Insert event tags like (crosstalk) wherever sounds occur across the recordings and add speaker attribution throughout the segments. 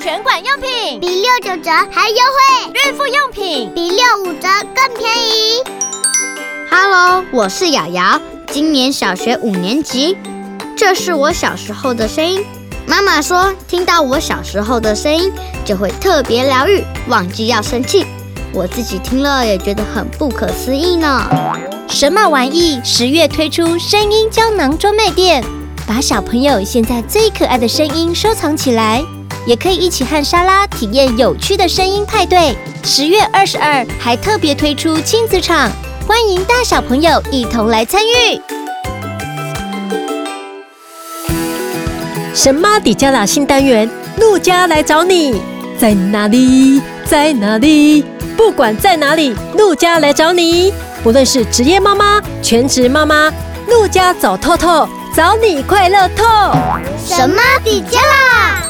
Speaker 1: 全馆用品
Speaker 2: 比六九折还优惠，
Speaker 1: 孕妇用品。
Speaker 2: 比六五折更便宜。
Speaker 3: Hello，我是瑶瑶，今年小学五年级。这是我小时候的声音。妈妈说，听到我小时候的声音，就会特别疗愈，忘记要生气。我自己听了也觉得很不可思议呢。
Speaker 1: 神马玩意十月推出声音胶囊专卖店，把小朋友现在最可爱的声音收藏起来，也可以一起和莎拉体验有趣的声音派对。十月二十二还特别推出亲子场，欢迎大小朋友一同来参与。
Speaker 4: 神妈底加拉新单元，陆家来找你，在哪里？在哪里？不管在哪里，陆家来找你。不论是职业妈妈、全职妈妈，陆家走透透，找你快乐透。
Speaker 2: 神妈底加啦！
Speaker 4: 啊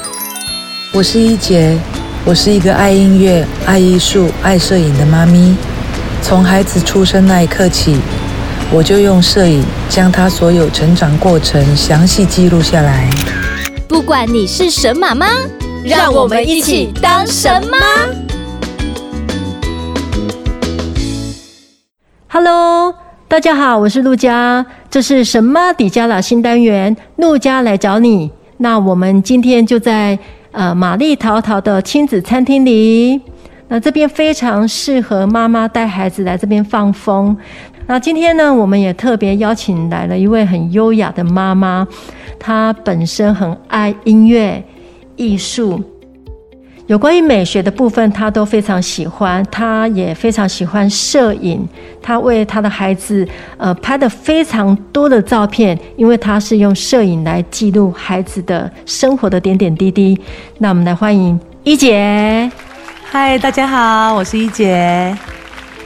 Speaker 5: 我是一杰，我是一个爱音乐、爱艺术、爱摄影的妈咪。从孩子出生那一刻起，我就用摄影将他所有成长过程详细记录下来。
Speaker 1: 不管你是神马妈，
Speaker 4: 让我们一起当神
Speaker 1: 妈。
Speaker 4: Hello，大家好，我是陆佳，这是神妈底加拉新单元，陆佳来找你。那我们今天就在呃玛丽淘淘的亲子餐厅里，那这边非常适合妈妈带孩子来这边放风。那今天呢，我们也特别邀请来了一位很优雅的妈妈，她本身很爱音乐、艺术，有关于美学的部分，他都非常喜欢，他也非常喜欢摄影。他为他的孩子呃拍的非常多的照片，因为他是用摄影来记录孩子的生活的点点滴滴。那我们来欢迎一姐。
Speaker 6: 嗨，大家好，我是一姐。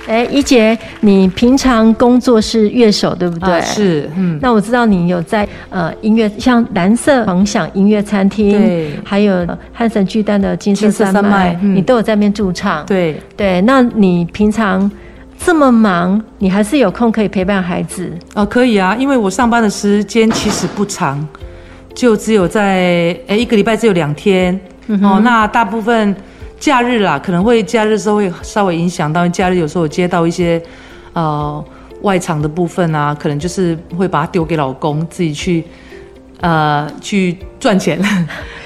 Speaker 4: 哎，一姐，你平常工作是乐手对不对？
Speaker 6: 啊是，嗯，
Speaker 4: 那我知道你有在呃音乐，像蓝色狂想音乐餐厅
Speaker 6: 对，
Speaker 4: 还有呃汉神巨蛋的金色
Speaker 6: 金色
Speaker 4: 山
Speaker 6: 山
Speaker 4: 脉
Speaker 6: 脉，嗯
Speaker 4: 你都有在那边驻唱。
Speaker 6: 对，
Speaker 4: 对，那你平常这么忙，你还是有空可以陪伴孩子？
Speaker 6: 哦，可以啊，因为我上班的时间其实不长，就只有在诶一个礼拜只有两天、哦，那大部分假日啦，可能会假日的时候会稍微影响到，假日有时候我接到一些呃外场的部分啊，可能就是会把它丢给老公自己去。呃，去赚钱，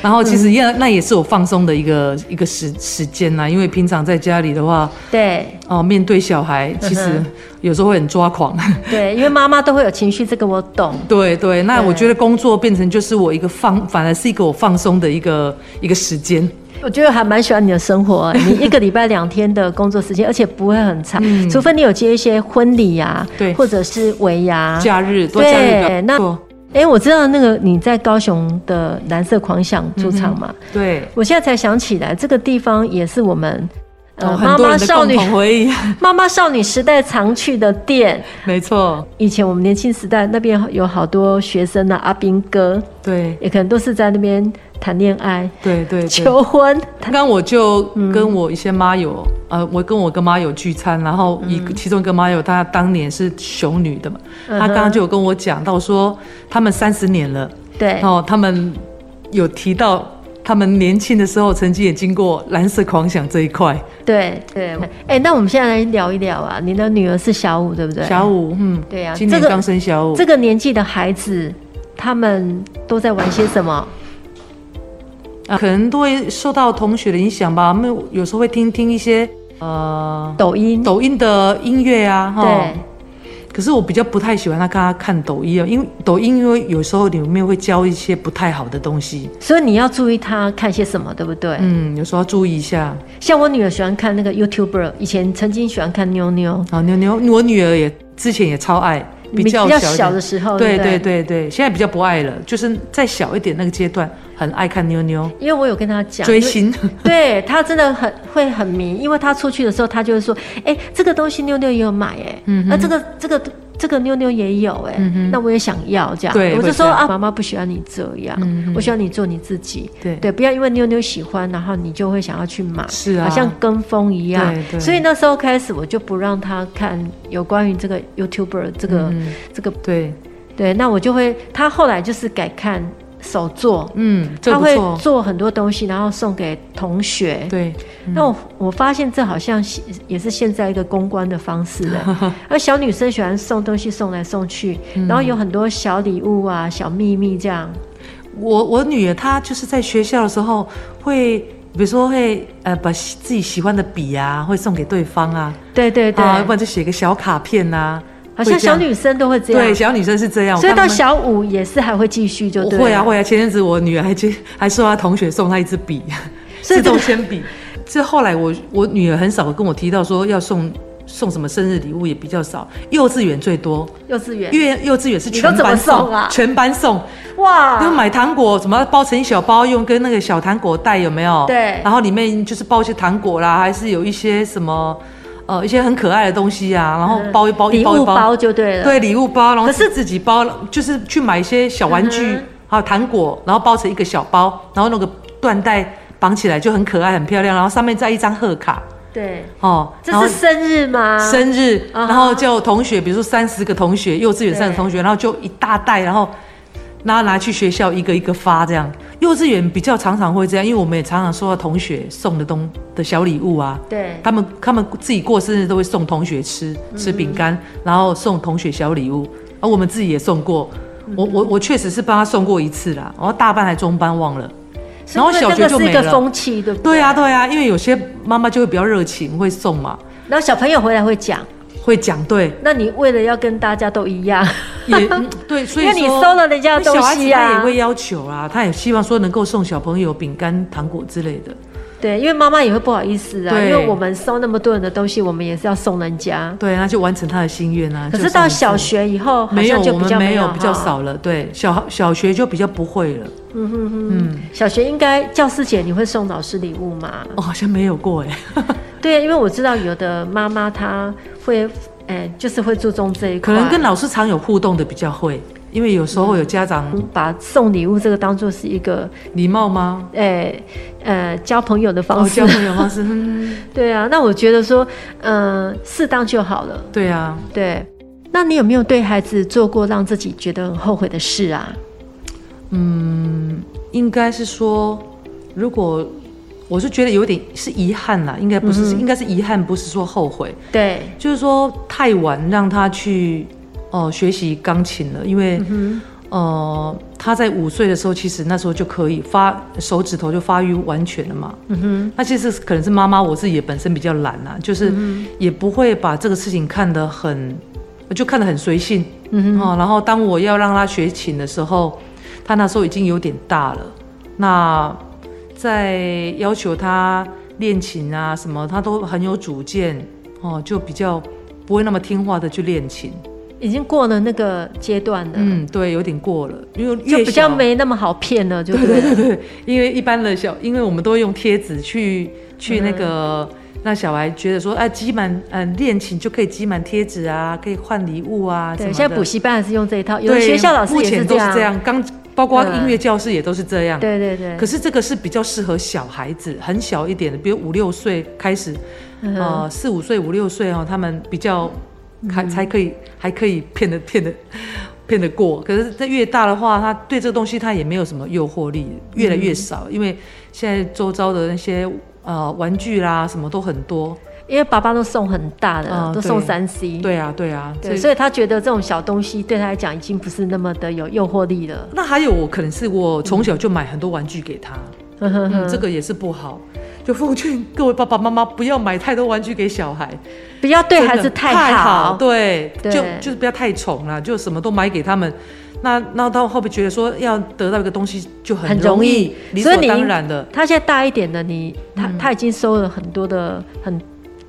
Speaker 6: 然后其实也、那也是我放松的一个一个时时间啦，因为平常在家里的话，
Speaker 4: 对
Speaker 6: 哦，面对小孩，其实有时候会很抓狂。
Speaker 4: 对，因为妈妈都会有情绪，这个我懂。
Speaker 6: 对对，那
Speaker 4: 对
Speaker 6: 我觉得工作变成就是我一个放，反而是一个我放松的一个一个时间。
Speaker 4: 我觉得还蛮喜欢你的生活、你一个礼拜两天的工作时间，而且不会很长，除非你有接一些婚礼呀、
Speaker 6: 嗯对
Speaker 4: 或者是尾牙。
Speaker 6: 假日多假日
Speaker 4: 对，
Speaker 6: 的
Speaker 4: 那
Speaker 6: 工作
Speaker 4: 哎、我知道那个你在高雄的蓝色狂想驻唱
Speaker 6: 嗯
Speaker 4: 嘛，
Speaker 6: 对，
Speaker 4: 我现在才想起来，这个地方也是我们
Speaker 6: 哦
Speaker 4: 呃
Speaker 6: 很
Speaker 4: 妈
Speaker 6: 多
Speaker 4: 妈
Speaker 6: 人的
Speaker 4: 少
Speaker 6: 共
Speaker 4: 女
Speaker 6: 同回忆，
Speaker 4: (laughs)
Speaker 6: (laughs)
Speaker 4: 妈妈少女时代常去的店。
Speaker 6: 没错，
Speaker 4: 以前我们年轻时代那边有好多学生啊，阿兵哥
Speaker 6: 对
Speaker 4: 也可能都是在那边谈恋爱、
Speaker 6: 对对对。
Speaker 4: (laughs) 求嗯婚。
Speaker 6: 刚刚我就跟我一些妈友，呃，我跟我跟妈友聚餐，然后一
Speaker 4: 嗯
Speaker 6: 个、其中一个妈友，她当年是熊女的嘛，她刚刚就有跟我讲到说，他们三十年了，
Speaker 4: 对，
Speaker 6: 哦，他们有提到他们年轻的时候曾经也经过蓝色狂想这一块，
Speaker 4: 对对。哎、那我们现在来聊一聊啊，你的女儿是小五，对不对？
Speaker 6: 小五，嗯，
Speaker 4: 对呀
Speaker 6: 今
Speaker 4: 这
Speaker 6: 年
Speaker 4: 个
Speaker 6: 刚生小五，
Speaker 4: 这个年纪的孩子，他们都在玩些什么？
Speaker 6: 啊可能都会受到同学的影响吧，他们有时候会听听一些呃
Speaker 4: 抖音。
Speaker 6: 抖音的音乐啊，哈
Speaker 4: 对。
Speaker 6: 可是我比较不太喜欢他跟他看抖音啊，因为抖音因为有时候里面会教一些不太好的东西，
Speaker 4: 所以你要注意他看些什么，对不对？
Speaker 6: 嗯，有时候要注意一下。
Speaker 4: 像我女儿喜欢看那个 YouTuber，以前曾经喜欢看妞妞，
Speaker 6: 啊，妞妞，我女儿也之前也超爱，比较
Speaker 4: 比较
Speaker 6: 小一
Speaker 4: 小
Speaker 6: 点
Speaker 4: 的时候
Speaker 6: 对
Speaker 4: 对不对
Speaker 6: 对对对，现在比较不爱了，就是再小一点那个阶段，很爱看妞妞
Speaker 4: 因为我有跟她讲
Speaker 6: 追
Speaker 4: 因为
Speaker 6: 星， (laughs)
Speaker 4: (laughs) 对他真的很会很迷，因为他出去的时候，他就会说：“哎、这个东西妞妞也有买、哎、
Speaker 6: 嗯
Speaker 4: 那这个这个这个妞妞也有、哎、那我也想要这样。”
Speaker 6: 对
Speaker 4: 我就
Speaker 6: 会
Speaker 4: 说
Speaker 6: 这样
Speaker 4: 啊，妈妈不喜欢你这样，我喜欢你做你自己。
Speaker 6: 嗯对
Speaker 4: 对，不要因为妞妞喜欢，然后你就会想要去买，
Speaker 6: 是啊
Speaker 4: 好像跟风一样
Speaker 6: 对。对
Speaker 4: 所以那时候开始，我就不让他看有关于这个
Speaker 6: 嗯
Speaker 4: YouTuber 这个、这个
Speaker 6: 对
Speaker 4: 对，那我就会他后来就是改看。手作，
Speaker 6: 嗯，这
Speaker 4: 他
Speaker 6: 不
Speaker 4: 会
Speaker 6: 错，
Speaker 4: 做很多东西，然后送给同学。
Speaker 6: 对，
Speaker 4: 那我我发现这好像是也是现在一个公关的方式
Speaker 6: (laughs)
Speaker 4: 了。而小女生喜欢送东西送来送去，
Speaker 6: 嗯
Speaker 4: 然后有很多小礼物啊、小秘密这样。
Speaker 6: 我我女儿她就是在学校的时候会，比如说会呃把喜自己喜欢的笔啊，会送给对方啊，
Speaker 4: 对对对，
Speaker 6: 啊，要不然就写个小卡片呐、啊，
Speaker 4: 好像
Speaker 6: 会这
Speaker 4: 小
Speaker 6: 样
Speaker 4: 女生都会这
Speaker 6: 对
Speaker 4: 样。
Speaker 6: 小女生是这样，
Speaker 4: 所以
Speaker 6: 我看
Speaker 4: 到
Speaker 6: 他们
Speaker 4: 小五也是还会继续，就
Speaker 6: 我
Speaker 4: 对。
Speaker 6: 会啊。会啊，前阵子我女儿还接 (laughs) 还说她同学送她一支笔，
Speaker 4: (laughs) 所以这
Speaker 6: 自
Speaker 4: 个
Speaker 6: 动铅笔。这后来我我女儿很少跟我提到说要送送什么生日礼物，也比较少。幼稚园最多，
Speaker 4: 幼稚园
Speaker 6: 因为幼稚园是
Speaker 4: 你都
Speaker 6: 全
Speaker 4: 怎么
Speaker 6: 班送，
Speaker 4: 送啊
Speaker 6: 全班送，就
Speaker 4: 哇，
Speaker 6: 买糖果，怎么包成一小包，用跟那个小糖果袋有没有？
Speaker 4: 对
Speaker 6: 然后里面就是包一些糖果啦，还是有一些什么呃一些很可爱的东西啊，然后包一包一
Speaker 4: 嗯礼
Speaker 6: 包一
Speaker 4: 物
Speaker 6: 包，
Speaker 4: 包就对了。
Speaker 6: 对，礼物包，然后
Speaker 4: 可是
Speaker 6: 是自己包，就是去买一些小玩具
Speaker 4: 嗯，
Speaker 6: 还有糖果，然后包成一个小包，然后那个缎带绑起来就很可爱、很漂亮，然后上面再一张贺卡
Speaker 4: 对，
Speaker 6: 哦，
Speaker 4: 这
Speaker 6: 然后
Speaker 4: 是生日吗？
Speaker 6: 生日，
Speaker 4: 啊哈
Speaker 6: 然后就同学，比如说三十个同学，幼稚园
Speaker 4: 对
Speaker 6: 三十同学，然后就一大袋，然后然后拿去学校一个一个发这样。幼稚园比较常常会这样，因为我们也常常收到同学送的东的小礼物啊，
Speaker 4: 对
Speaker 6: 他们他们自己过生日都会送同学吃
Speaker 4: 嗯
Speaker 6: 吃饼干，然后送同学小礼物，而我们自己也送过。我我我确实是帮他送过一次啦，然后大班还中班忘了。
Speaker 4: 所以
Speaker 6: 然后小学
Speaker 4: 这
Speaker 6: 就
Speaker 4: 个是
Speaker 6: 没
Speaker 4: 一个
Speaker 6: 了。
Speaker 4: 风气，对不对？
Speaker 6: 对啊，对啊，因为有些妈妈就会比较热情，会送嘛，
Speaker 4: 然后小朋友回来会讲，
Speaker 6: 会讲对。
Speaker 4: 那你为了要跟大家都一样，
Speaker 6: 也嗯对，所以
Speaker 4: 因为你
Speaker 6: 说
Speaker 4: 收了人家的东
Speaker 6: 小孩子
Speaker 4: 西啊
Speaker 6: 他也会要求啊，他也希望说能够送小朋友饼干、糖果之类的。
Speaker 4: 对，因为妈妈也会不好意思啊，因
Speaker 6: 对
Speaker 4: 为我们收那么多人的东西，我们也是要送人家。
Speaker 6: 对，啊那就完成他的心愿啊。
Speaker 4: 可
Speaker 6: 就是送
Speaker 4: 到小学以后，好
Speaker 6: 没有，
Speaker 4: 像就
Speaker 6: 我
Speaker 4: 比
Speaker 6: 们
Speaker 4: 较
Speaker 6: 没
Speaker 4: 有
Speaker 6: 有比较。
Speaker 4: 哈
Speaker 6: 少了。对，小小学就比较不会了。
Speaker 4: 嗯哼哼，小学应该教师节你会送老师礼物吗？
Speaker 6: 哦，好像没有过哎。
Speaker 4: 对，因为我知道有的妈妈她会，哎，就是会注重这一
Speaker 6: 可
Speaker 4: 块，
Speaker 6: 能跟老师常有互动的比较会，因为有时候有家长
Speaker 4: 把送礼物这个当做是一个，
Speaker 6: 礼貌吗？
Speaker 4: 哎，呃，交朋友的方
Speaker 6: 哦，
Speaker 4: 式。
Speaker 6: 交朋友方式，嗯，
Speaker 4: (laughs) 对啊，那我觉得说，嗯，适当就好了。
Speaker 6: 对啊。
Speaker 4: 对，那你有没有对孩子做过让自己觉得很后悔的事啊？
Speaker 6: 应该是说，如果我是觉得有点是遗憾啦，应该不是，
Speaker 4: 嗯
Speaker 6: 应该是遗憾，不是说后悔，
Speaker 4: 对，
Speaker 6: 就是说太晚让他去哦、呃学习钢琴了，因为、呃他在五岁的时候，其实那时候就可以发手指头就发育完全了嘛。嗯哼，那其实可能是妈妈我自己也本身比较懒啊，就是
Speaker 4: 嗯
Speaker 6: 也不会把这个事情看得很，就看得很随性。嗯哼，哦，然后当我要让他学琴的时候，他那时候已经有点大了，那在要求他练琴啊什么，他都很有主见哦，就比较不会那么听话的去练琴。
Speaker 4: 已经过了那个阶段了，
Speaker 6: 嗯，对，有点过了，因为
Speaker 4: 就
Speaker 6: 越
Speaker 4: 比较
Speaker 6: 小
Speaker 4: 没那么好骗了，就对了。
Speaker 6: 对，因为一般的小，因为我们都会用贴纸去去那个、让小孩觉得说，哎、积满嗯练琴就可以积满贴纸啊，可以换礼物啊什
Speaker 4: 对，
Speaker 6: 么的。
Speaker 4: 现在补习班还是用这一套，有的
Speaker 6: 对
Speaker 4: 学校老师
Speaker 6: 目
Speaker 4: 也
Speaker 6: 前
Speaker 4: 这
Speaker 6: 都是
Speaker 4: 样。
Speaker 6: 这样，刚包括
Speaker 4: 嗯
Speaker 6: 音乐教室也都是这样。
Speaker 4: 对对对。
Speaker 6: 可是这个是比较适合小孩子，很小一点的，比如五六岁开始，呃，四五岁、五六岁哦，他们比较还才可以，还可以骗得骗得骗得过。可是他越大的话，他对这个东西他也没有什么诱惑力，越来越少，因为现在周遭的那些呃玩具啦什么都很多。
Speaker 4: 因为爸爸都送很大的，
Speaker 6: 嗯
Speaker 4: 都送
Speaker 6: 对
Speaker 4: 三 C。
Speaker 6: 对啊，对啊，
Speaker 4: 对，
Speaker 6: 所
Speaker 4: 所
Speaker 6: 以
Speaker 4: 以他觉得这种小东西对他来讲已经不是那么的有诱惑力了。
Speaker 6: 那还有我可能是我从小就买很多玩具给他。
Speaker 4: 呵呵
Speaker 6: 嗯，这
Speaker 4: 呵，
Speaker 6: 个也是不好。就奉劝各位爸爸妈妈不要买太多玩具给小孩，
Speaker 4: (laughs) 不要对
Speaker 6: 真的
Speaker 4: 孩子太
Speaker 6: 太
Speaker 4: 好。
Speaker 6: 对，
Speaker 4: 对
Speaker 6: 就就是不要太宠了，就什么都买给他们。那那到后面觉得说要得到一个东西就很
Speaker 4: 很
Speaker 6: 容
Speaker 4: 容
Speaker 6: 易，
Speaker 4: 易
Speaker 6: 理
Speaker 4: 所
Speaker 6: 所
Speaker 4: 以你
Speaker 6: 当然的。嗯
Speaker 4: 他现在大一点了，你他、他已经收了很多的很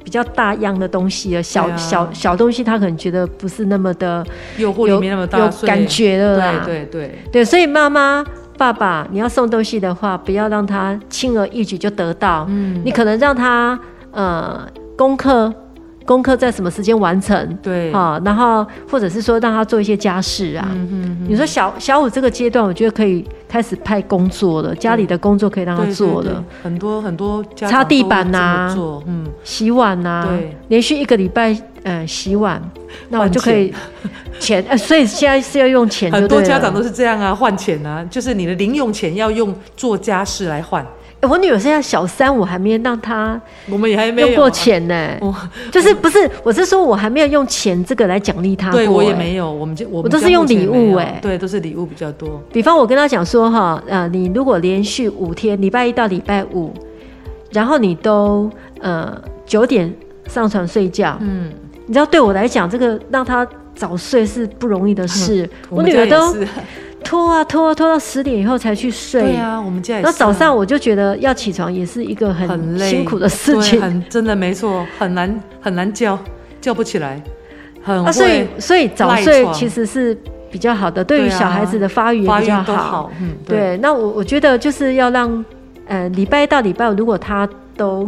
Speaker 4: 比较大样的东西了，小、
Speaker 6: 对啊
Speaker 4: 小小东西他可能觉得不是那么的
Speaker 6: 诱惑里
Speaker 4: 有
Speaker 6: 面那么大，
Speaker 4: 有
Speaker 6: 所以
Speaker 4: 感觉了啦。
Speaker 6: 对对对，
Speaker 4: 对，所以妈妈、爸爸，你要送东西的话，不要让他轻而易举就得到。嗯，你可能让他呃功课功课在什么时间完成，
Speaker 6: 对
Speaker 4: 啊，然后或者是说让他做一些家事啊。
Speaker 6: 嗯
Speaker 4: 你说小小五这个阶段，我觉得可以开始派工作了，家里的工作可以让他
Speaker 6: 对
Speaker 4: 做
Speaker 6: 对对
Speaker 4: 了，
Speaker 6: 很多很多家
Speaker 4: 擦
Speaker 6: 长
Speaker 4: 地
Speaker 6: 都
Speaker 4: 板
Speaker 6: 这么
Speaker 4: 呐
Speaker 6: 做嗯，
Speaker 4: 洗碗呐、
Speaker 6: 对
Speaker 4: 连续一个礼拜呃洗碗，那我
Speaker 6: 换
Speaker 4: 就可以钱，呃，所以现在是要用钱就对
Speaker 6: 很
Speaker 4: 了，
Speaker 6: 多家长都是这样啊，换钱啊，就是你的零用钱要用做家事来换，
Speaker 4: 欸我女儿现在小三，我还没让她
Speaker 6: 我们也还没有啊
Speaker 4: 用过，钱呢、就是不是，我是说我还没有用钱这个来奖励她、过
Speaker 6: 对我也
Speaker 4: 欸
Speaker 6: 没有，我们就我
Speaker 4: 我
Speaker 6: 们
Speaker 4: 都是
Speaker 6: 家
Speaker 4: 用
Speaker 6: 目前
Speaker 4: 礼
Speaker 6: 也没
Speaker 4: 物
Speaker 6: 有
Speaker 4: 欸
Speaker 6: 对，都是礼物比较多，
Speaker 4: 比方我跟她讲说哈，呃，你如果连续五天，礼拜一到礼拜五，然后你都呃九点上床睡觉，
Speaker 6: 嗯，
Speaker 4: 你知道对我来讲，这个让她早睡是不容易的事。我
Speaker 6: 嗯们
Speaker 4: 女
Speaker 6: 家
Speaker 4: 儿
Speaker 6: 也
Speaker 4: 都
Speaker 6: 是
Speaker 4: 拖啊拖啊拖到十点以后才去睡。
Speaker 6: 对啊，我们家也是
Speaker 4: 那
Speaker 6: 啊
Speaker 4: 早上我就觉得要起床也是一个
Speaker 6: 很
Speaker 4: 很
Speaker 6: 累，
Speaker 4: 辛苦的事情
Speaker 6: 对，很真的没错，很难很难叫，叫不起来，很
Speaker 4: 啊，所以
Speaker 6: 会
Speaker 4: 所以早
Speaker 6: 赖
Speaker 4: 睡
Speaker 6: 床
Speaker 4: 其实是比较好的，对于
Speaker 6: 对啊
Speaker 4: 小孩子的发育也
Speaker 6: 发
Speaker 4: 比
Speaker 6: 育
Speaker 4: 较
Speaker 6: 都
Speaker 4: 好。，
Speaker 6: 嗯，
Speaker 4: 对，那我我觉得就是要让呃礼拜一到礼拜五，如果他都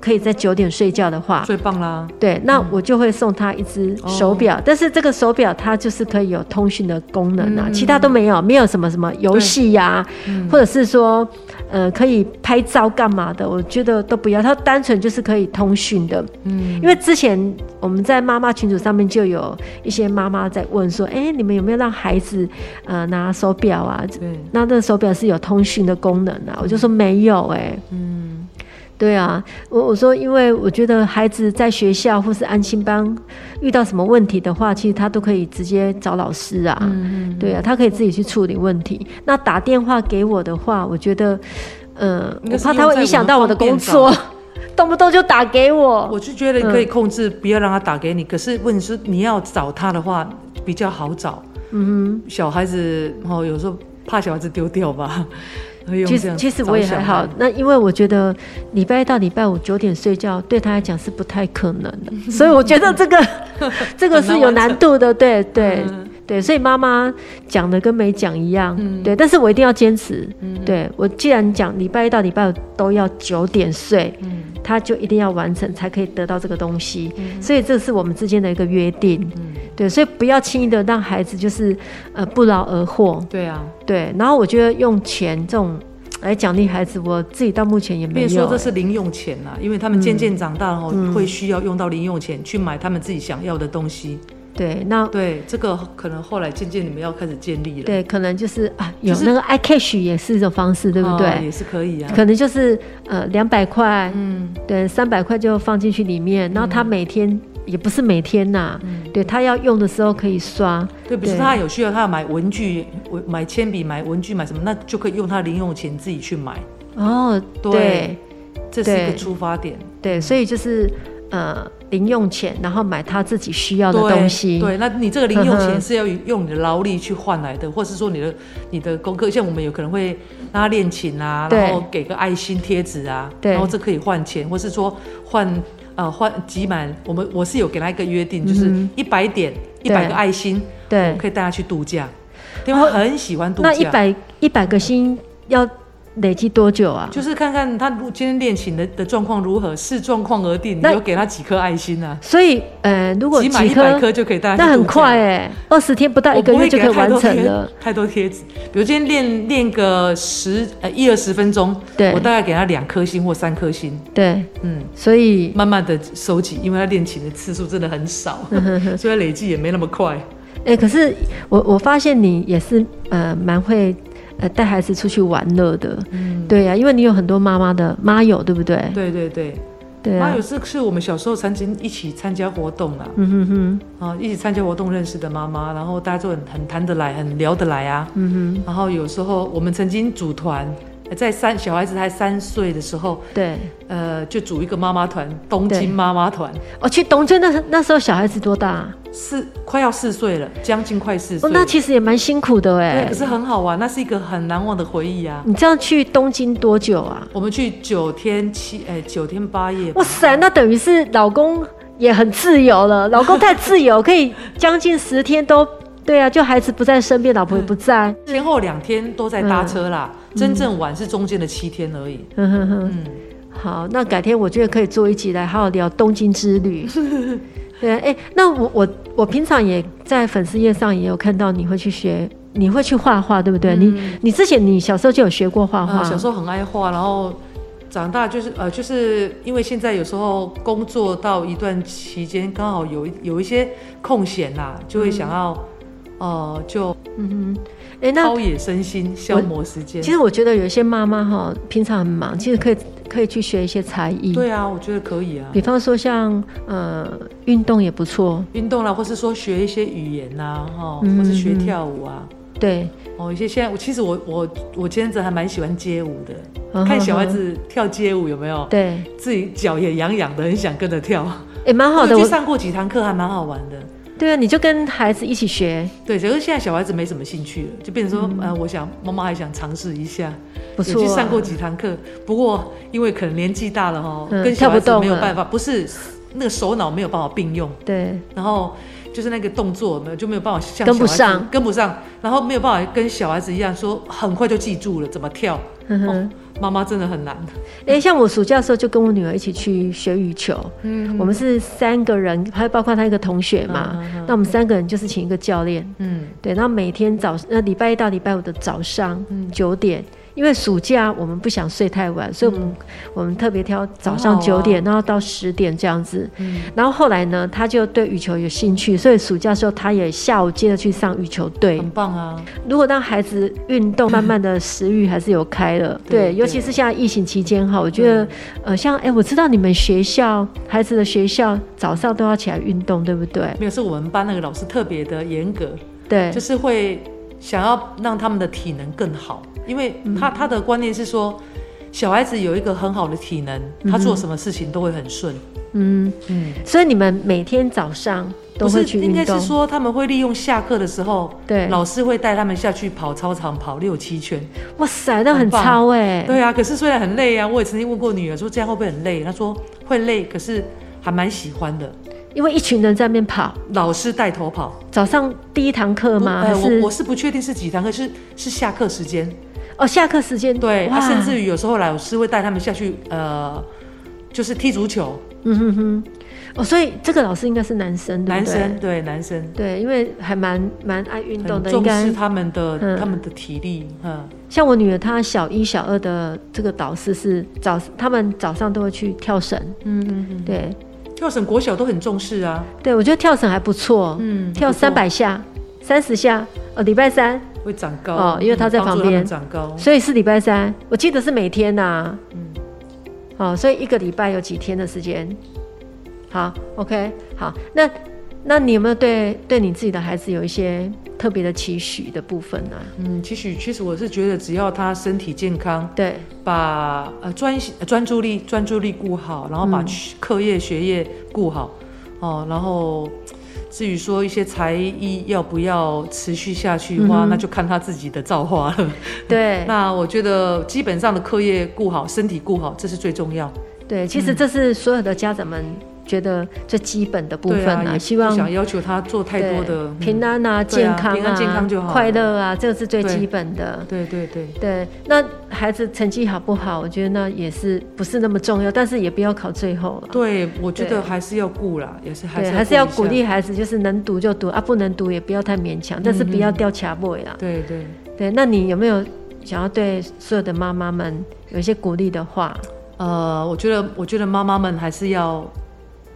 Speaker 4: 可以在九点睡觉的话。
Speaker 6: 最棒啦，
Speaker 4: 对，
Speaker 6: 嗯
Speaker 4: 那我就会送他一只手表，
Speaker 6: 哦
Speaker 4: 但是这个手表它就是可以有通讯的功能啊，
Speaker 6: 嗯
Speaker 4: 其他都没有，没有什么什么游戏呀，或者是说，呃，可以拍照干嘛的，我觉得都不要，它单纯就是可以通讯的。
Speaker 6: 嗯，
Speaker 4: 因为之前我们在妈妈群组上面就有一些妈妈在问说，哎、你们有没有让孩子呃拿手表啊？
Speaker 6: 对，
Speaker 4: 那那手表是有通讯的功能啊？我就说没有、哎，
Speaker 6: 嗯，
Speaker 4: 对啊，我我说，因为我觉得孩子在学校或是安心班遇到什么问题的话，其实他都可以直接找老师啊，
Speaker 6: 嗯
Speaker 4: 对啊，他可以自己去处理问题。那打电话给我的话，我觉得，呃，我
Speaker 6: 应该是
Speaker 4: 怕他
Speaker 6: 用
Speaker 4: 会
Speaker 6: 在
Speaker 4: 影
Speaker 6: 我
Speaker 4: 响
Speaker 6: 们
Speaker 4: 到我的
Speaker 6: 方便
Speaker 4: 工
Speaker 6: 上
Speaker 4: 作， (laughs) 动不动就打给我。
Speaker 6: 我就觉得
Speaker 4: 嗯
Speaker 6: 可以控制，不要让他打给你。可是问题是，你要找他的话比较好找。嗯哼，小孩子哦，有时候怕小孩子丢掉吧。 (laughs) 会用
Speaker 4: 其
Speaker 6: 这
Speaker 4: 实
Speaker 6: 样
Speaker 4: 其实我也
Speaker 6: 找小
Speaker 4: 还
Speaker 6: 孩
Speaker 4: 好，那因为我觉得礼拜一到礼拜五九点睡觉对他来讲是不太可能的，所以我觉得这
Speaker 6: (laughs)
Speaker 4: 个这个是有难度的，对对
Speaker 6: 嗯
Speaker 4: 对，所以妈妈讲的跟没讲一样，对，但是我一定要坚持，
Speaker 6: 嗯
Speaker 4: 对我既然讲礼拜一到礼拜五都要九点睡，
Speaker 6: 嗯
Speaker 4: 他就一定要完成才可以得到这个东西，所以这是我们之间的一个约定，
Speaker 6: 嗯
Speaker 4: 对，所以不要轻易的让孩子就是呃不劳而获，
Speaker 6: 对啊，
Speaker 4: 对，然后我觉得用钱这种来奖励孩子，我自己到目前也没
Speaker 6: 别
Speaker 4: 有、欸嗯
Speaker 6: 说这是零用钱啦，因为他们渐渐长大后会需要用到零用钱去买他们自己想要的东西。
Speaker 4: 对，那
Speaker 6: 对，这个可能后来渐渐你们要开始建立了，
Speaker 4: 对，可能就是啊，有
Speaker 6: 就是
Speaker 4: 那个 i cash 也是一种方式，对不
Speaker 6: 哦
Speaker 4: 对？
Speaker 6: 也是可以啊。
Speaker 4: 可能就是呃两百块，
Speaker 6: 嗯，
Speaker 4: 对，三百块就放进去里面，然后他每天也不是每天呐、对他要用的时候可以刷，
Speaker 6: 嗯对，比如说他有需要，他要买文具、文买铅笔、买文具、买什么，那就可以用他零用钱自己去买，
Speaker 4: 哦，
Speaker 6: 对嗯
Speaker 4: 对
Speaker 6: 这是一个
Speaker 4: 对
Speaker 6: 出发点。
Speaker 4: 对，所以就是呃零用钱，然后买他自己需要的
Speaker 6: 对
Speaker 4: 东西，
Speaker 6: 对，那你这个零
Speaker 4: 呵
Speaker 6: 用
Speaker 4: 呵
Speaker 6: 钱是要用你的劳力去换来
Speaker 4: 嗯
Speaker 6: 的，或是说你的你的功课，像我们有可能会让他练琴啊，
Speaker 4: 对
Speaker 6: 然后给个爱心贴纸啊，
Speaker 4: 对
Speaker 6: 然后这可以换钱，或是说换呃换集满，我们我是有给他一个约定，就是一百点一
Speaker 4: 嗯
Speaker 6: 百
Speaker 4: 对
Speaker 6: 个爱心，
Speaker 4: 对
Speaker 6: 我可以带他去度假，因为他很喜欢度假。
Speaker 4: 那一百一百个星要累积多久啊？
Speaker 6: 就是看看他如今天练琴的的状况如何，视状况而定，你
Speaker 4: 那
Speaker 6: 就给他几颗爱心啊，
Speaker 4: 所以，呃，如果
Speaker 6: 集满
Speaker 4: 几
Speaker 6: 一百颗就可以带他去
Speaker 4: 那很
Speaker 6: 度假
Speaker 4: 快哎、二十天不到一
Speaker 6: 我
Speaker 4: 个
Speaker 6: 不
Speaker 4: 月
Speaker 6: 会
Speaker 4: 就
Speaker 6: 给
Speaker 4: 可以
Speaker 6: 他太
Speaker 4: 完
Speaker 6: 多
Speaker 4: 成
Speaker 6: 贴
Speaker 4: 了。
Speaker 6: 太多贴纸，比如今天练练个十呃一二十分钟，
Speaker 4: 对
Speaker 6: 我大概给他两颗星或三颗星，
Speaker 4: 对，
Speaker 6: 嗯，
Speaker 4: 所以
Speaker 6: 慢慢的收集，因为他练琴的次数真的很少，
Speaker 4: 嗯
Speaker 6: (laughs) 所以累积也没那么快。
Speaker 4: 哎、可是我我发现你也是呃蛮会呃带孩子出去玩乐的，
Speaker 6: 嗯
Speaker 4: 对啊呀、因为你有很多妈妈的妈友，对不对？
Speaker 6: 对对对，
Speaker 4: 对
Speaker 6: 妈
Speaker 4: 啊
Speaker 6: 友，是是我们小时候曾经一起参加活动啊，
Speaker 4: 嗯哼哼，
Speaker 6: 啊，一起参加活动认识的妈妈，然后大家就很很谈得来，很聊得来啊。嗯哼。然后有时候我们曾经组团，在三小孩子才三岁的时候，
Speaker 4: 对。
Speaker 6: 呃，就组一个妈妈团，东
Speaker 4: 对
Speaker 6: 京妈妈团，
Speaker 4: 我、哦去东京那那时候小孩子多大啊、
Speaker 6: 四快要四岁了，将近快四
Speaker 4: 哦，
Speaker 6: 岁了。
Speaker 4: 那其实也蛮辛苦的哎、
Speaker 6: 对，可是很好玩，那是一个很难忘的回忆啊。
Speaker 4: 你这样去东京多久啊？
Speaker 6: 我们去九天七，哎、九天八夜吧。
Speaker 4: 哇塞，那等于是老公也很自由了，老公太自由，可以将近十天都。对啊，就孩子不在身边，老婆也不在，
Speaker 6: 前
Speaker 4: 嗯
Speaker 6: 后两天都在搭车啦，真正玩是中间的七天而已。嗯
Speaker 4: 哼哼哼，好，那改天我觉得可以做一集来好好聊东京之
Speaker 6: (laughs)
Speaker 4: 旅。对，哎、那我我我平常也在粉丝页上也有看到你会去学，你会去画画，对不对？你你之前你小时候就有学过画画、
Speaker 6: 啊，嗯小时候很爱画，然后长大就是呃，就是因为现在有时候工作到一段期间，刚好有一有一些空闲啦，就会想要、呃，就
Speaker 4: 哎、嗯那
Speaker 6: 陶冶身心，消磨时间
Speaker 4: 其。实我觉得有一些妈妈哈，平常很忙，其实可以可以去学一些才艺，
Speaker 6: 对啊，我觉得可以啊，
Speaker 4: 嗯比方说像呃运动也不错，
Speaker 6: 运动啦，或是说学一些语言呐、哈、
Speaker 4: 嗯
Speaker 6: 或是学跳舞啊。
Speaker 4: 对，
Speaker 6: 哦，一些现在我其实我我我前阵子还蛮喜欢街舞的，
Speaker 4: 嗯
Speaker 6: 看小孩
Speaker 4: 哼
Speaker 6: 子跳街舞有没有？，
Speaker 4: 对，
Speaker 6: 自己脚也痒痒的，很想跟着跳。
Speaker 4: 也蛮好
Speaker 6: 我
Speaker 4: 的。
Speaker 6: 有去
Speaker 4: 我
Speaker 6: 上过几堂课，还蛮好玩的。
Speaker 4: 对啊，你就跟孩子一起学，
Speaker 6: 对，只是现在小孩子没什么兴趣了，就变成说，呃，我想妈妈还想尝试一下，
Speaker 4: 嗯不错啊
Speaker 6: 有去上过几堂课，不过因为可能年纪大了哈、
Speaker 4: 嗯
Speaker 6: 跟小
Speaker 4: 跳
Speaker 6: 孩子
Speaker 4: 不动
Speaker 6: 没有
Speaker 4: 了
Speaker 6: 办法，不是那个手脑没有办法并用，
Speaker 4: 对，
Speaker 6: 然后就是那个动作没有就没有办法像
Speaker 4: 跟不
Speaker 6: 小孩子
Speaker 4: 上
Speaker 6: 跟不上，然后没有办法跟小孩子一样说很快就记住了怎么跳。
Speaker 4: 嗯哼。
Speaker 6: 哦妈妈真的很难，
Speaker 4: 哎、像我暑假的时候就跟我女儿一起去学羽球，嗯，我们是三个人，还有包括她一个同学嘛，
Speaker 6: 嗯嗯嗯
Speaker 4: 那我们三个人就是请一个教练，
Speaker 6: 嗯，
Speaker 4: 对，然后每天早那礼拜一到礼拜五的早上
Speaker 6: 嗯
Speaker 4: 九点，因为暑假我们不想睡太晚，所以
Speaker 6: 嗯
Speaker 4: 我们、我们特别挑早上
Speaker 6: 很好
Speaker 4: 九
Speaker 6: 啊
Speaker 4: 点，然后到十点这样子。
Speaker 6: 嗯
Speaker 4: 然后后来呢，她就对羽球有兴趣，所以暑假的时候她也下午接着去上羽球队。
Speaker 6: 很棒啊！
Speaker 4: 如果让孩子运动，慢慢
Speaker 6: (clears throat)
Speaker 4: 的食欲还是有开了。对，
Speaker 6: 对嗯
Speaker 4: 尤其是现在疫情期间哈，我觉得，呃，像哎、我知道你们学校孩子的学校早上都要起来运动，对不对？
Speaker 6: 没有，是我们班那个老师特别的严格，
Speaker 4: 对
Speaker 6: 就，是会想要让他们的体能更好，因为
Speaker 4: 嗯
Speaker 6: 他、他的观念是说，小孩子有一个很好的体能，他做什么事情都会很顺。
Speaker 4: 嗯，
Speaker 6: 嗯，
Speaker 4: 所以你们每天早上都
Speaker 6: 不
Speaker 4: 会
Speaker 6: 是
Speaker 4: 去
Speaker 6: 应该
Speaker 4: 运
Speaker 6: 是
Speaker 4: 动，
Speaker 6: 说他们会利用下课的时候，
Speaker 4: 对
Speaker 6: 老师会带他们下去跑操场跑六七圈。
Speaker 4: 哇塞，那很
Speaker 6: 很棒
Speaker 4: 超哎、
Speaker 6: 对啊，可是虽然很累啊，我也曾经问过女儿说这样会不会很累，她说会累，可是还蛮喜欢的。
Speaker 4: 因为一群人在那边跑，
Speaker 6: 老师带头跑，
Speaker 4: 早上第一堂课
Speaker 6: 不
Speaker 4: 吗？还
Speaker 6: 呃我
Speaker 4: 是
Speaker 6: 我是不确定是几堂课，是是下课时间。
Speaker 4: 哦下课时间？
Speaker 6: 对，
Speaker 4: 哇
Speaker 6: 啊、甚至于有时候老师会带他们下去，呃，就是踢足球，
Speaker 4: 嗯哼哼，哦，所以这个老师应该是男生，对
Speaker 6: 男
Speaker 4: 不对
Speaker 6: 生对男生
Speaker 4: 对，因为还蛮蛮爱运动
Speaker 6: 很
Speaker 4: 的，应
Speaker 6: 重
Speaker 4: 该
Speaker 6: 视他们的、
Speaker 4: 嗯
Speaker 6: 他们的体力，嗯，
Speaker 4: 像我女儿，她小一、小二的这个导师是早，他们早上都会去跳绳。嗯嗯对
Speaker 6: 跳绳国小都很重视啊，
Speaker 4: 对，我觉得跳绳还不错。
Speaker 6: 嗯
Speaker 4: 跳
Speaker 6: 不错
Speaker 4: 三百下、三十下，哦，礼拜三，
Speaker 6: 会长高
Speaker 4: 哦因为他在
Speaker 6: 嗯帮助
Speaker 4: 旁边
Speaker 6: 们长高，
Speaker 4: 所以是礼拜三，我记得是每天呐、嗯。好，所以一个礼拜有几天的时间？好，OK，好，那那你有没有对对你自己的孩子有一些特别的期许的部分呢、
Speaker 6: 嗯，其实其实我是觉得只要他身体健康，
Speaker 4: 对，
Speaker 6: 把呃专心呃专注力专注力顾好，然后
Speaker 4: 嗯
Speaker 6: 把学课业学业顾好，哦，然后至于说一些才艺要不要持续下去的话，那就看他自己的造化了。
Speaker 4: 嗯对，
Speaker 6: 嗯那我觉得基本上的课业顾好，身体顾好，这是最重要。
Speaker 4: 对，其实这是所有的家长们觉得最基本的部分
Speaker 6: 对啊，也
Speaker 4: 希
Speaker 6: 不
Speaker 4: 望
Speaker 6: 想要求他做太多
Speaker 4: 对
Speaker 6: 的
Speaker 4: 平。
Speaker 6: 嗯
Speaker 4: 安啊、
Speaker 6: 对
Speaker 4: 健
Speaker 6: 啊
Speaker 4: 康啊、
Speaker 6: 平安健康就好了
Speaker 4: 快乐啊，这个是最
Speaker 6: 对
Speaker 4: 基本的。
Speaker 6: 对对对，
Speaker 4: 对，那孩子成绩好不好，我觉得那也是不是那么重要，但是也不要考最后啊了。
Speaker 6: 对我觉
Speaker 4: 对
Speaker 6: 得还是要顾啦，也是还
Speaker 4: 对，
Speaker 6: 是
Speaker 4: 还是要
Speaker 6: 顾
Speaker 4: 鼓
Speaker 6: 一下
Speaker 4: 励。孩子，就是能读就读啊，不能读也不要太勉
Speaker 6: 嗯
Speaker 4: 强，但是不要掉卡位啦。
Speaker 6: 对对，
Speaker 4: 对，那你有没有想要对所有的妈妈们有一些鼓励的话？
Speaker 6: 呃，我觉得我觉得妈妈们还是要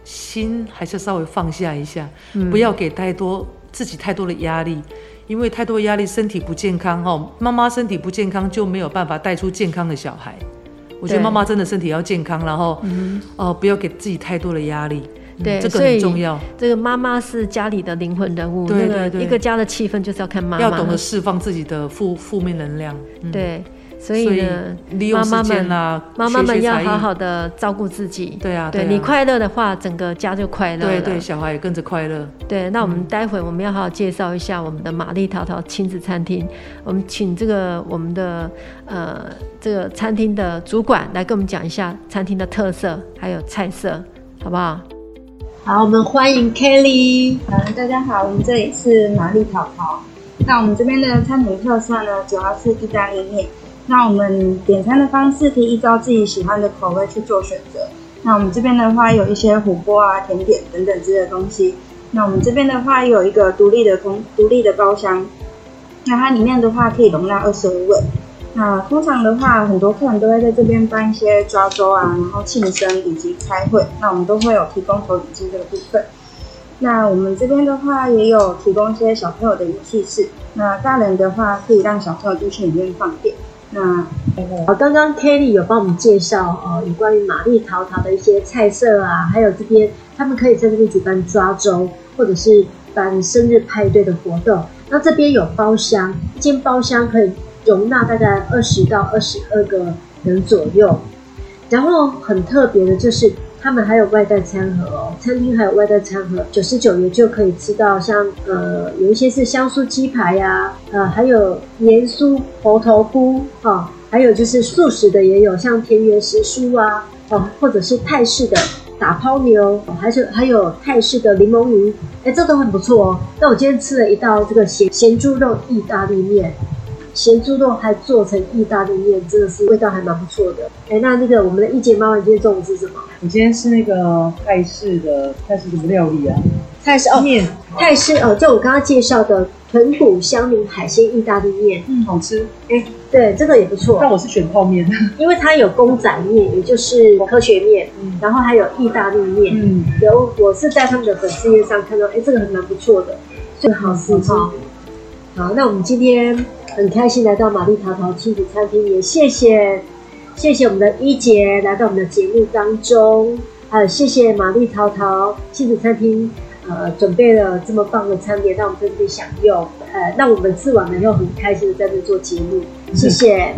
Speaker 6: 心还是稍微放下一下，
Speaker 4: 嗯
Speaker 6: 不要给太多自己太多的压力。因为太多压力，身体不健康哦。妈妈身体不健康就没有办法带出健康的小孩。我觉得
Speaker 4: 对嗯
Speaker 6: 妈妈真的身体要健康，然后、呃，不要给自己太多的压力。嗯
Speaker 4: 对
Speaker 6: 这个
Speaker 4: 所以
Speaker 6: 很重要，
Speaker 4: 这个妈妈是家里的灵魂人物，
Speaker 6: 对
Speaker 4: 那个
Speaker 6: 对对
Speaker 4: 一个家的气氛就是要看妈妈，
Speaker 6: 要懂得释放自己的负负面能量。嗯，
Speaker 4: 对，所
Speaker 6: 所
Speaker 4: 以呢，
Speaker 6: 利用时间啦，
Speaker 4: 妈妈
Speaker 6: 学
Speaker 4: 们
Speaker 6: 学
Speaker 4: 要
Speaker 6: 才艺
Speaker 4: 好好的照顾自己。
Speaker 6: 对啊，
Speaker 4: 对
Speaker 6: 啊
Speaker 4: 你快乐的话，整个家就快乐了。
Speaker 6: 对对，小孩也跟着快乐。
Speaker 4: 对那我们待会我们要好好介绍一下我们的玛丽淘淘亲子餐厅，我们请这个我们的呃这个餐厅的主管来跟我们讲一下餐厅的特色还有菜色，好不好？
Speaker 7: 好，我们欢迎 Kelly。
Speaker 8: 嗯，大家好，我们这里是玛丽淘淘。那我们这边的餐品特色呢，主要是意大利面。那我们点餐的方式可以依照自己喜欢的口味去做选择。那我们这边的话有一些火锅啊、甜点等等之类的东西。那我们这边的话有一个独立的空、独立的包厢，那它里面的话可以容纳二十五位。那通常的话，很多客人都会在这边办一些抓周啊，然后庆生以及开会。那我们都会有提供投影机这个部分。那我们这边的话也有提供一些小朋友的游戏室，那大人的话可以让小朋友进去里面放电。那
Speaker 7: 好，呃刚刚 Kelly 有帮我们介绍呃有关于玛丽淘淘的一些菜色啊，还有这边他们可以在这边举办抓周或者是办生日派对的活动。那这边有包厢，一间包厢可以容纳大概二十到二十二个人左右。然后很特别的就是他们还有外带餐盒哦，餐厅还有外带餐盒，九十九元就可以吃到像呃有一些是香酥鸡排呀、呃还有盐酥猴头菇哈、哦还有就是素食的也有，像田园时蔬啊，哦或者是泰式的打抛牛，哦、还是还有泰式的柠檬鱼，哎这都很不错哦。那我今天吃了一道这个咸咸猪肉意大利面。咸猪肉还做成意大利面，真的是味道还蛮不错的。哎，那那个我们的一姐妈妈，你今天中午吃什么？
Speaker 9: 我今天吃那个泰式的泰式什么料理啊？
Speaker 7: 泰式哦，
Speaker 9: 面
Speaker 7: 泰式哦，就我刚刚介绍的豚骨香米海鲜意大利面，哎
Speaker 9: 嗯好吃，
Speaker 7: 对，这个也不错
Speaker 9: 但，我是选泡面。
Speaker 7: (laughs) 因为它有公仔面，也就是科学面，
Speaker 9: 嗯
Speaker 7: 然后还有意大利面。
Speaker 9: 嗯，
Speaker 7: 有我是在他们的粉丝页上看到，哎，这个还蛮不错的，最好试
Speaker 9: 嗯
Speaker 7: 吃。好，那我们今天很开心来到玛丽淘淘亲子餐厅，也谢谢谢谢我们的一杰来到我们的节目当中，还有谢谢玛丽淘淘亲子餐厅。呃，准备了这么棒的餐点，让我们在这边享用，呃，让我们吃完了以后很开心的在这边做节目，谢谢。